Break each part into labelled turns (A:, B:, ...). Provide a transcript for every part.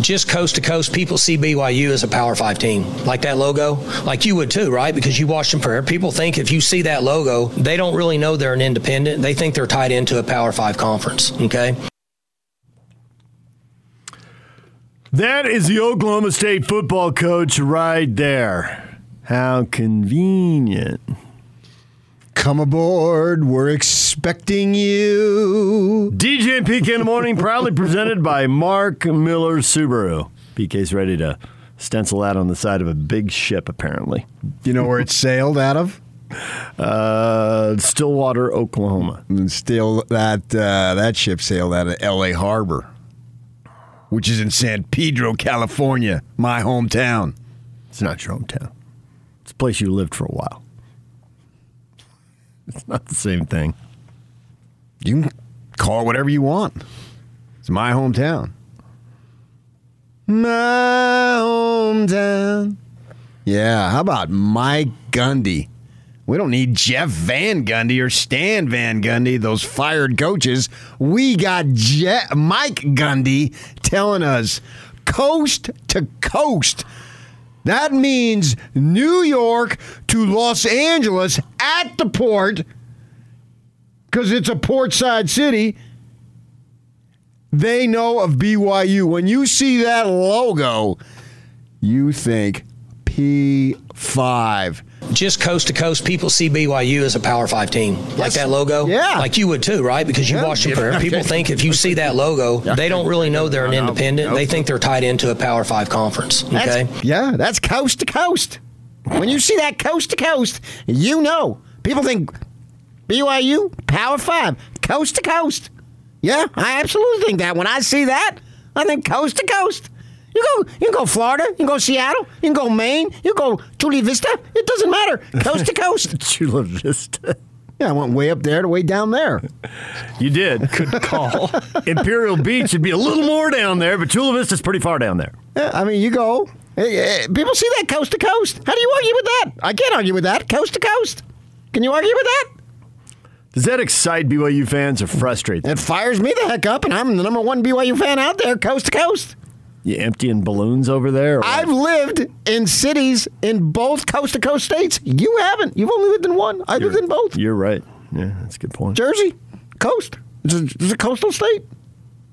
A: just coast to coast, people see BYU as a Power Five team, like that logo, like you would too, right? Because you watch them prayer. People think if you see that logo, they don't really know they're an independent. They think they're tied into a Power Five conference. Okay.
B: That is the Oklahoma State football coach right there. How convenient.
C: Come aboard. We're expecting you.
B: DJ and PK in the morning, proudly presented by Mark Miller Subaru. PK's ready to stencil out on the side of a big ship, apparently.
C: You know where it's sailed out of?
B: Uh, Stillwater, Oklahoma.
C: And still, that uh, that ship sailed out of L.A. Harbor, which is in San Pedro, California, my hometown.
B: It's not your hometown. It's a place you lived for a while. It's not the same thing.
C: You can call it whatever you want. It's my hometown. My hometown. Yeah, how about Mike Gundy? We don't need Jeff Van Gundy or Stan Van Gundy, those fired coaches. We got Je- Mike Gundy telling us coast to coast. That means New York to Los Angeles at the port, because it's a portside city. They know of BYU. When you see that logo, you think P5.
A: just coast to coast, people see BYU as a Power Five team, like that logo.
C: Yeah.
A: like you would too, right? Because you
C: Yeah.
A: watch them. prayer. People think if you see that logo, they don't really know they're an independent. They think they're tied into a Power Five conference.
C: That's-
A: Okay,
C: Yeah, that's coast to coast. When you see that coast to coast, you know. People think BYU, Power Five, coast to coast. Yeah, I absolutely think that. When I see that, I think coast to coast. You go, you can go Florida, you can go Seattle, you can go Maine, you can go Chula Vista. It doesn't matter, coast to coast.
B: Chula Vista.
C: Yeah, I went way up there to way down there.
B: You did. Good call. Imperial Beach would be a little more down there, but Chula Vista's pretty far down there.
C: Yeah, I mean, you go. eh, eh, People see that coast to coast. How do you argue with that? I can't argue with that. Coast to coast. Can you argue with that?
B: Does that excite BYU fans or frustrate them?
C: It fires me the heck up, and I'm the number one BYU fan out there, coast to coast.
B: You emptying balloons over there? or what?
C: I've lived in cities in both coast to coast states. You haven't. You've only lived in one. I lived in both.
B: You're right. Yeah, that's a good point.
C: Jersey, coast. It's a, it's a coastal state.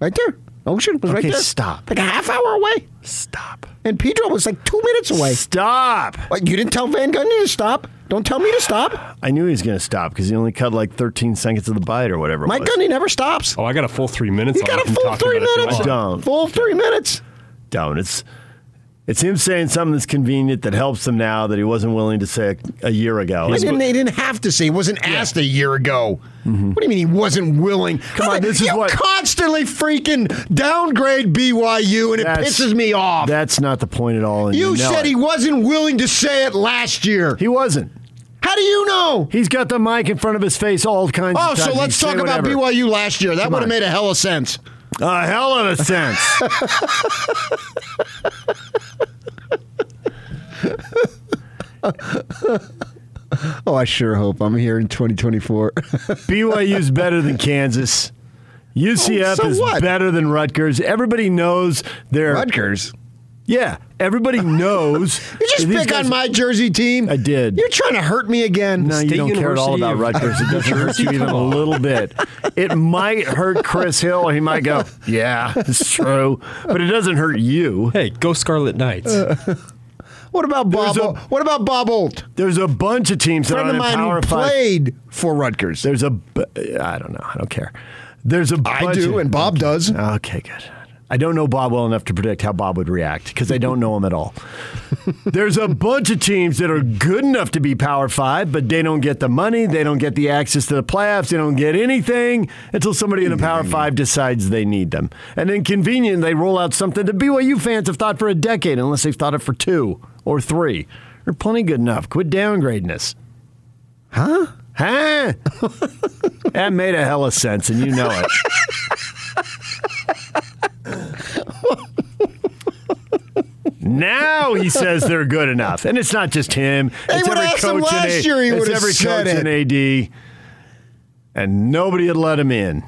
C: Right there. Ocean was right
B: Okay,
C: there.
B: stop.
C: Like a half hour away.
B: Stop.
C: And Pedro was like two minutes away.
B: Stop.
C: Like, you didn't tell Van Gundy to stop. Don't tell me to stop.
B: I knew he was going to stop because he only cut like 13 seconds of the bite or whatever. it
C: Mike
B: was.
C: Gundy never stops.
D: Oh, I got a full three minutes.
C: He's
D: on
C: got
D: it.
C: a
D: We can
C: full
D: talk
C: three
D: about it if you
C: minutes.
D: want.
B: Don't.
C: Full three minutes.
B: Don't. It's it's him saying something that's convenient that helps him now that he wasn't willing to say a, a year ago.
C: They didn't, they didn't have to say. He wasn't asked a year ago. What do you mean he wasn't willing? Come
B: Mm-hmm. on, this is
C: you
B: what-
C: constantly freaking downgrade BYU, and it
B: That's-
C: pisses me off.
B: That's not the point at all. and
C: you
B: know
C: said
B: it.
C: he wasn't willing to say it last year.
B: he wasn't.
C: How do you know?
B: He's got the mic in front of his face all kinds
C: Oh,
B: of times.
C: so
B: He
C: let's
B: can
C: talk
B: say
C: about
B: whatever.
C: BYU last year. That
B: Come
C: would have
B: on.
C: made a hell of sense.
B: A hell of a sense.
C: Oh, I sure hope I'm here in 2024.
B: BYU's better than Kansas. UCF
C: Oh, so
B: is
C: what?
B: better than Rutgers. Everybody knows they're
C: Rutgers.
B: Yeah, everybody knows.
C: You just
B: that these
C: pick
B: guys-
C: on my Jersey team.
B: I did.
C: You're trying to hurt me again.
B: No, you
D: State
B: don't care at all
D: University
B: about
D: of-
B: Rutgers. It doesn't hurt you even a little bit. It might hurt Chris Hill. He might go, yeah, it's true, but it doesn't hurt you.
D: Hey, go Scarlet Knights.
C: Uh. What about Bob?
B: There's a-
C: O- what about Bob Olt?
B: There's a bunch of teams that
C: friend
B: are
C: of
B: in
C: mine
B: Power
C: who
B: Five.
C: played for Rutgers.
B: There's a, bu- uh, I don't know, I don't care. There's a bunch
C: I do,
B: of-
C: and Bob does.
B: Okay, good. I don't know Bob well enough to predict how Bob would react because I don't know him at all. There's a bunch of teams that are good enough to be Power Five, but they don't get the money, they don't get the access to the playoffs, they don't get anything until somebody in the
C: Mm.
B: Power Five decides they need them. And then convenient, they roll out something that BYU fans have thought for a decade, unless they've thought it for two or three. They're plenty good enough. Quit downgrading us. Huh? Huh? that made a hell of sense, and you know it. Now he says they're good enough, and it's not just him. it's
C: would've
B: every
C: asked him
B: coach in
C: last
B: A-
C: year, he
B: it's
C: would've
B: every
C: said
B: coach in AD, and nobody had let him in.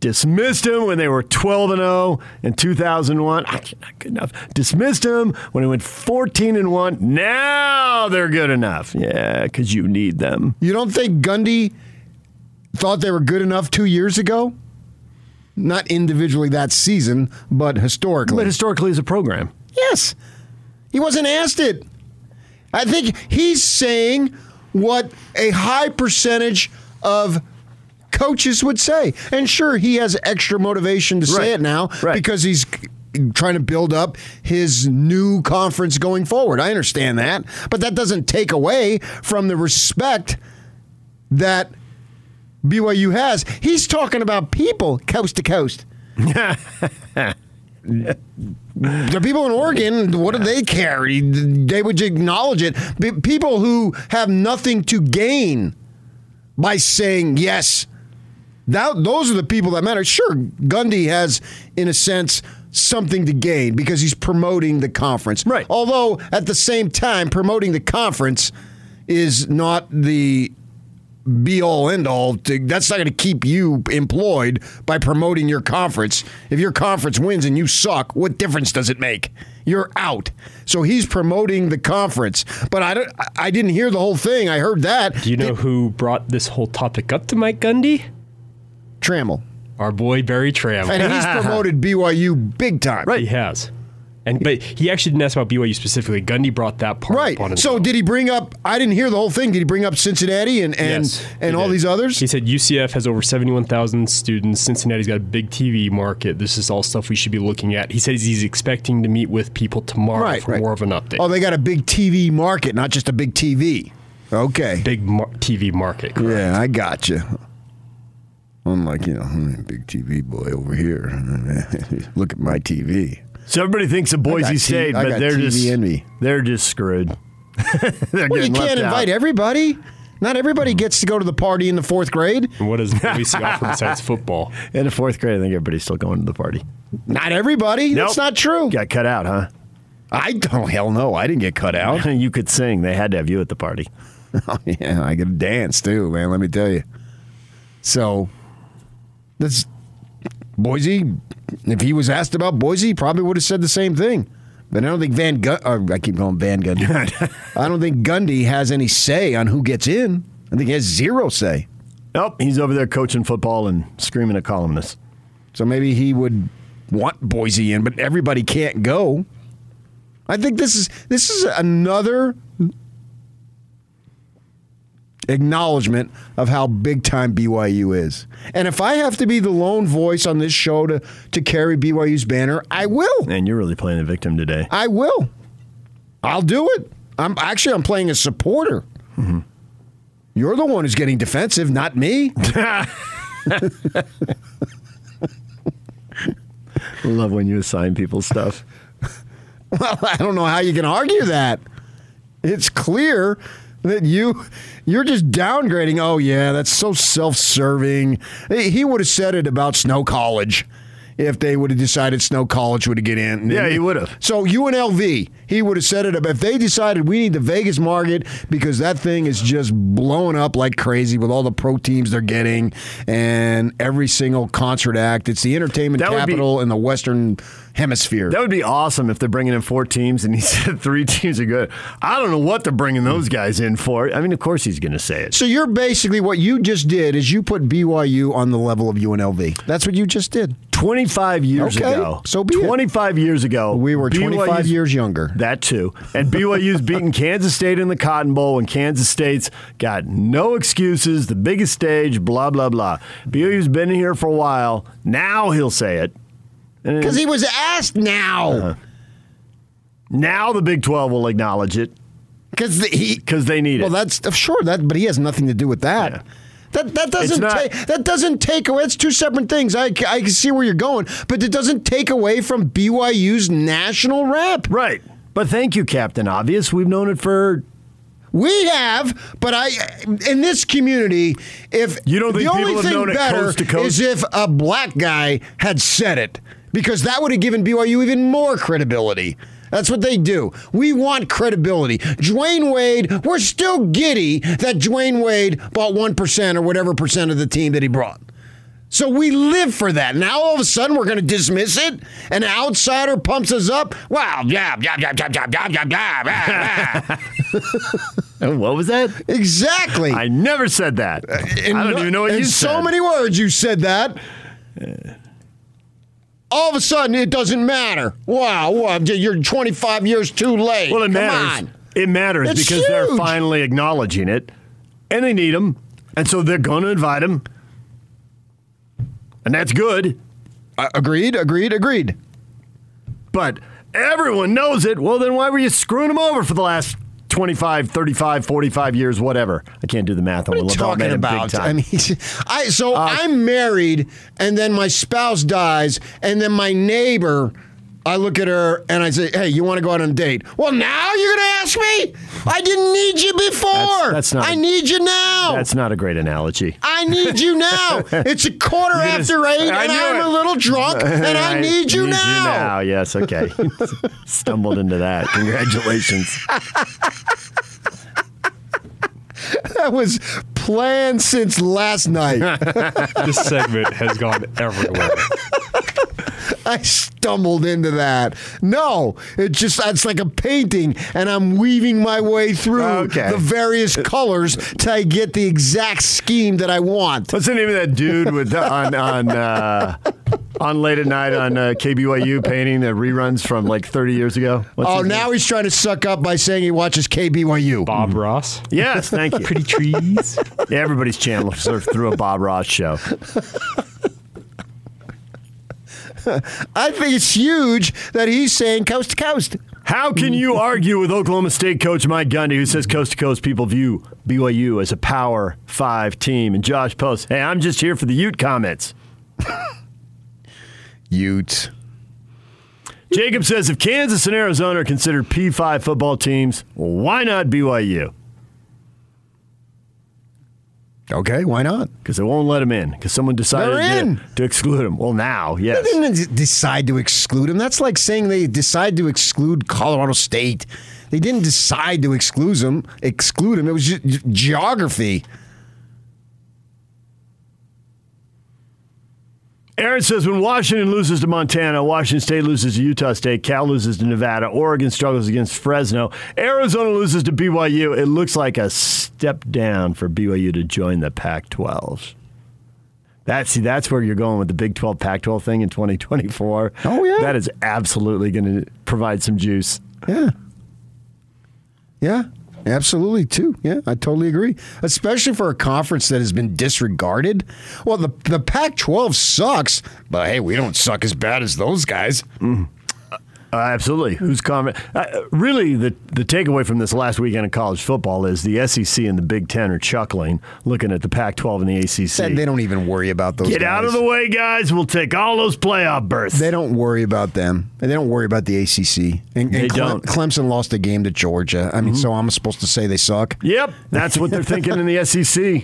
B: Dismissed him when they were 12 and 0 in 2001. Ah, Not good enough. Dismissed him when he went 14 and 1. Now they're good enough. Yeah, because you need them.
C: You don't think Gundy thought they were good enough two years ago? Not individually that season, but historically.
B: But historically, as a program,
C: Yes. He wasn't asked it. I think he's saying what a high percentage of coaches would say. And sure, he has extra motivation to say
B: Right.
C: it now
B: Right.
C: because he's trying to build up his new conference going forward. I understand that. But that doesn't take away from the respect that BYU has. He's talking about people coast to coast. The people in Oregon, what do they care? They would acknowledge it. Be- People who have nothing to gain by saying yes, that, those are the people that matter. Sure, Gundy has, in a sense, something to gain because he's promoting the conference.
B: Right.
C: Although, at the same time, promoting the conference is not the be all end all. That's not going to keep you employed by promoting your conference. If your conference wins and you suck, what difference does it make? You're out. So he's promoting the conference. But I, don't, I- I didn't hear the whole thing. I heard that.
D: Do you know who brought this whole topic up to Mike Gundy?
C: Trammell.
D: Our boy Barry Tram.
C: And he's promoted BYU big time.
D: He has. And but he actually didn't ask about BYU specifically. Gundy brought that part
C: Right.
D: up on
C: So
D: himself.
C: did he bring up I didn't hear the whole thing. Did he bring up Cincinnati and and,
D: Yes, he
C: and all
D: did.
C: these others?
D: He said UCF has over 71,000 students. Cincinnati's got a big TV market. This is all stuff we should be looking at. He says he's expecting to meet with people tomorrow
C: Right,
D: for
C: right.
D: more of an update.
C: Oh, they got a big TV market, not just a big TV. Okay.
D: big mar- TV market. correct?
C: Yeah, I got you. I'm like, you know, I'm a big TV boy over here. Look at my TV.
B: so everybody thinks of
C: got
B: Boise
C: T-
B: State,
C: I
B: but
C: got
B: they're
C: TV
B: just
C: envy.
B: they're just screwed. They're
C: Well, you
B: getting left
C: can't
B: out.
C: invite everybody. Not everybody gets to go to the party in the fourth grade.
D: And what does Boise offer besides football?
B: in the fourth grade. I think everybody's still going to the party.
C: Not everybody. That's
B: Nope.
C: not true.
B: Got cut out, huh?
C: I don't. Hell no. I didn't get cut out.
B: you could sing. They had to have you at the party.
C: Oh, yeah, I could dance too, man. Let me tell you. So, that's Boise. If he was asked about Boise, he probably would have said the same thing. But I don't think Van Gundy, I keep calling Van Gundy. I don't think Gundy has any say on who gets in. I think he has zero say.
B: Nope, Oh, he's over there coaching football and screaming at columnists.
C: So maybe he would want Boise in, but everybody can't go. I think this is this is another acknowledgement of how big time BYU is. And if I have to be the lone voice on this show to to carry BYU's banner, I will.
B: And you're really playing the victim today.
C: I will. I'll do it. I'm actually I'm playing a supporter. You're the one who's getting defensive, not me.
B: I love when you assign people stuff.
C: Well, I don't know how you can argue that. It's clear that you you're just downgrading. Oh yeah, that's so self-serving. He he would have said it about Snow College if they would have decided Snow College would have get in.
B: Yeah, he would have.
C: So UNLV, he would have said it about if they decided we need the Vegas market because that thing is just blowing up like crazy with all the pro teams they're getting and every single concert act. It's the entertainment
B: That would be-
C: capital in the Western Hemisphere.
B: That would be awesome if they're bringing in four teams and he said three teams are good. I don't know what they're bringing those guys in for. I mean, of course he's going to say it.
C: So you're basically what you just did is you put BYU on the level of UNLV. That's what you just did.
B: 25 years
C: Okay,
B: ago.
C: so be it.
B: 25 years ago.
C: We were 25
B: BYU's
C: years younger.
B: That too. And BYU's beaten Kansas State in the Cotton Bowl, and Kansas State's got no excuses, the biggest stage, blah, blah, blah. BYU's been here for a while. Now he'll say it.
C: Because he was asked
B: Uh-huh.
C: now.
B: Now the Big 12 will acknowledge it
C: Because he.
B: because they need
C: Well,
B: it.
C: that's sure that, but he has nothing to do with that.
B: Yeah.
C: That, that doesn't
B: not-
C: ta- that doesn't take away. It's two separate things. I, ca- I can see where you're going, but it doesn't take away from BYU's national rep.
B: right. But thank you, Captain Obvious. We've known it for.
C: We have, but I in this community, if
B: You don't think
C: the
B: people
C: only
B: have
C: thing
B: known it
C: better
B: coast to coast?
C: is if a black guy had said it, because that would have given BYU even more credibility. That's what they do. We want credibility. Dwayne Wade, we're still giddy that Dwayne Wade bought one percent or whatever percent of the team that he brought. So we live for that. Now all of a sudden we're going to dismiss it. An outsider pumps us up. Wow, yeah, yeah, yeah, yeah, yeah, yeah, yeah, yeah. yeah.
B: And oh, what was that?
C: exactly.
B: I never said that.
C: In
B: I don't
C: no-
B: even know what
C: in
B: you
C: so
B: said.
C: many words you said that. All of a sudden, it doesn't matter. Wow, wow you're 25 years too late.
B: Well, it
C: Come
B: matters.
C: on.
B: It matters
C: It's
B: because they're
C: huge.
B: finally acknowledging it, and they need him, and so they're going to invite him, and that's good.
C: Uh, agreed, agreed, agreed.
B: But everyone knows it. Well, then why were you screwing him over for the last 25, 35, 45 years, whatever? I can't do the math.
C: What
B: on
C: are you talking
B: Big
C: about?
B: time. Uh,
C: I mean, I so I'm married, and then my spouse dies, and then my neighbor. I look at her and I say, "Hey, you want to go out on a date?" Well, now you're going to ask me. I didn't need you before.
B: that's not-
C: I need you now.
B: that's not a great analogy.
C: I need you now. It's a quarter
B: gonna-
C: after eight,
B: I
C: and
B: knew
C: I'm
B: it.
C: a little drunk, and I need you now.
B: Yes, okay. Stumbled into that. Congratulations.
C: That was planned since last night.
D: This segment has gone everywhere.
C: I stumbled into that. No, it just it's like a painting, and I'm weaving my way through
B: Okay.
C: the various colors till I get the exact scheme that I want.
B: What's the name of that dude with the, on on uh, on late at night on uh, KBYU painting the reruns from like 30 years ago? What's
C: Oh,
B: his name?
C: now he's trying to suck up by saying he watches KBYU.
D: Bob Ross.
B: Yes, thank you.
D: Pretty trees.
B: Yeah, everybody's channel surfed through a Bob Ross show.
C: I think it's huge that he's saying coast to coast.
B: How can you argue with Oklahoma State coach Mike Gundy, who says coast to coast people view BYU as a Power Five team? And Josh Post, hey, I'm just here for the Ute comments.
C: Utes.
B: Jacob says if Kansas and Arizona are considered P5 football teams, why not BYU?
C: Okay, why not?
B: Because they won't let him in. Because someone decided
C: They're in.
B: to, to exclude him. Well, now, yes.
C: They didn't decide to exclude him. That's like saying they decide to exclude Colorado State. They didn't decide to exclude him. Exclude him. It was just geography.
B: Aaron says when Washington loses to Montana, Washington State loses to Utah State, Cal loses to Nevada, Oregon struggles against Fresno, Arizona loses to BYU. It looks like a step down for BYU to join the Pac-12. That see, that's where you're going with the Big 12 Pac-12 thing in 2024.
C: Oh, yeah.
B: that is absolutely going to provide some juice.
C: Yeah. Yeah. Absolutely, too. Yeah, I totally agree. Especially for a conference that has been disregarded. Well, the the Pac-12 sucks, but hey, we don't suck as bad as those guys.
B: Uh, absolutely. Who's comment? Uh, really, the the takeaway from this last weekend of college football is the SEC and the Big Ten are chuckling, looking at the Pac-12 and the ACC.
C: Said they don't even worry about those.
B: Mm-hmm. Get out of
C: guys.
B: the way, guys. We'll take all those playoff berths.
C: They don't worry about them. And They don't worry about the ACC. And, and
B: They don't. Mm-hmm.
C: Clemson lost a game to Georgia. I mean, so I'm supposed to say they suck.
B: yep, that's what they're thinking in the SEC.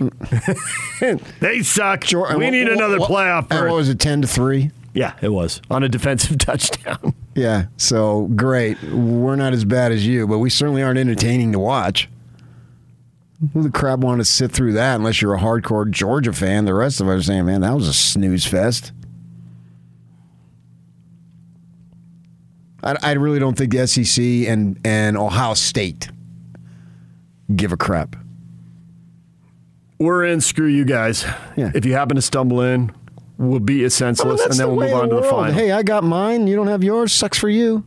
B: they suck.
C: Geor-
B: we
C: and
B: need
C: what-
B: another
C: what-
B: playoff
C: and
B: berth.
C: What was it, ten to three?
B: yeah, it was on a defensive touchdown.
C: Yeah. So great. We're not as bad as you, but we certainly aren't entertaining to watch. Who the crap wanted to sit through that unless you're a hardcore Georgia fan? The rest of us are saying, man, that was a snooze fest. I, I really don't think the SEC and, and Ohio State give a crap.
B: We're in. Screw you guys.
C: Yeah.
B: If you happen to stumble in, we'll beat you senseless,
C: Well,
B: and
C: that's
B: then we'll
C: way
B: move
C: of
B: on to the
C: world.
B: final.
C: Hey, I got mine. You don't have yours. Sucks for you.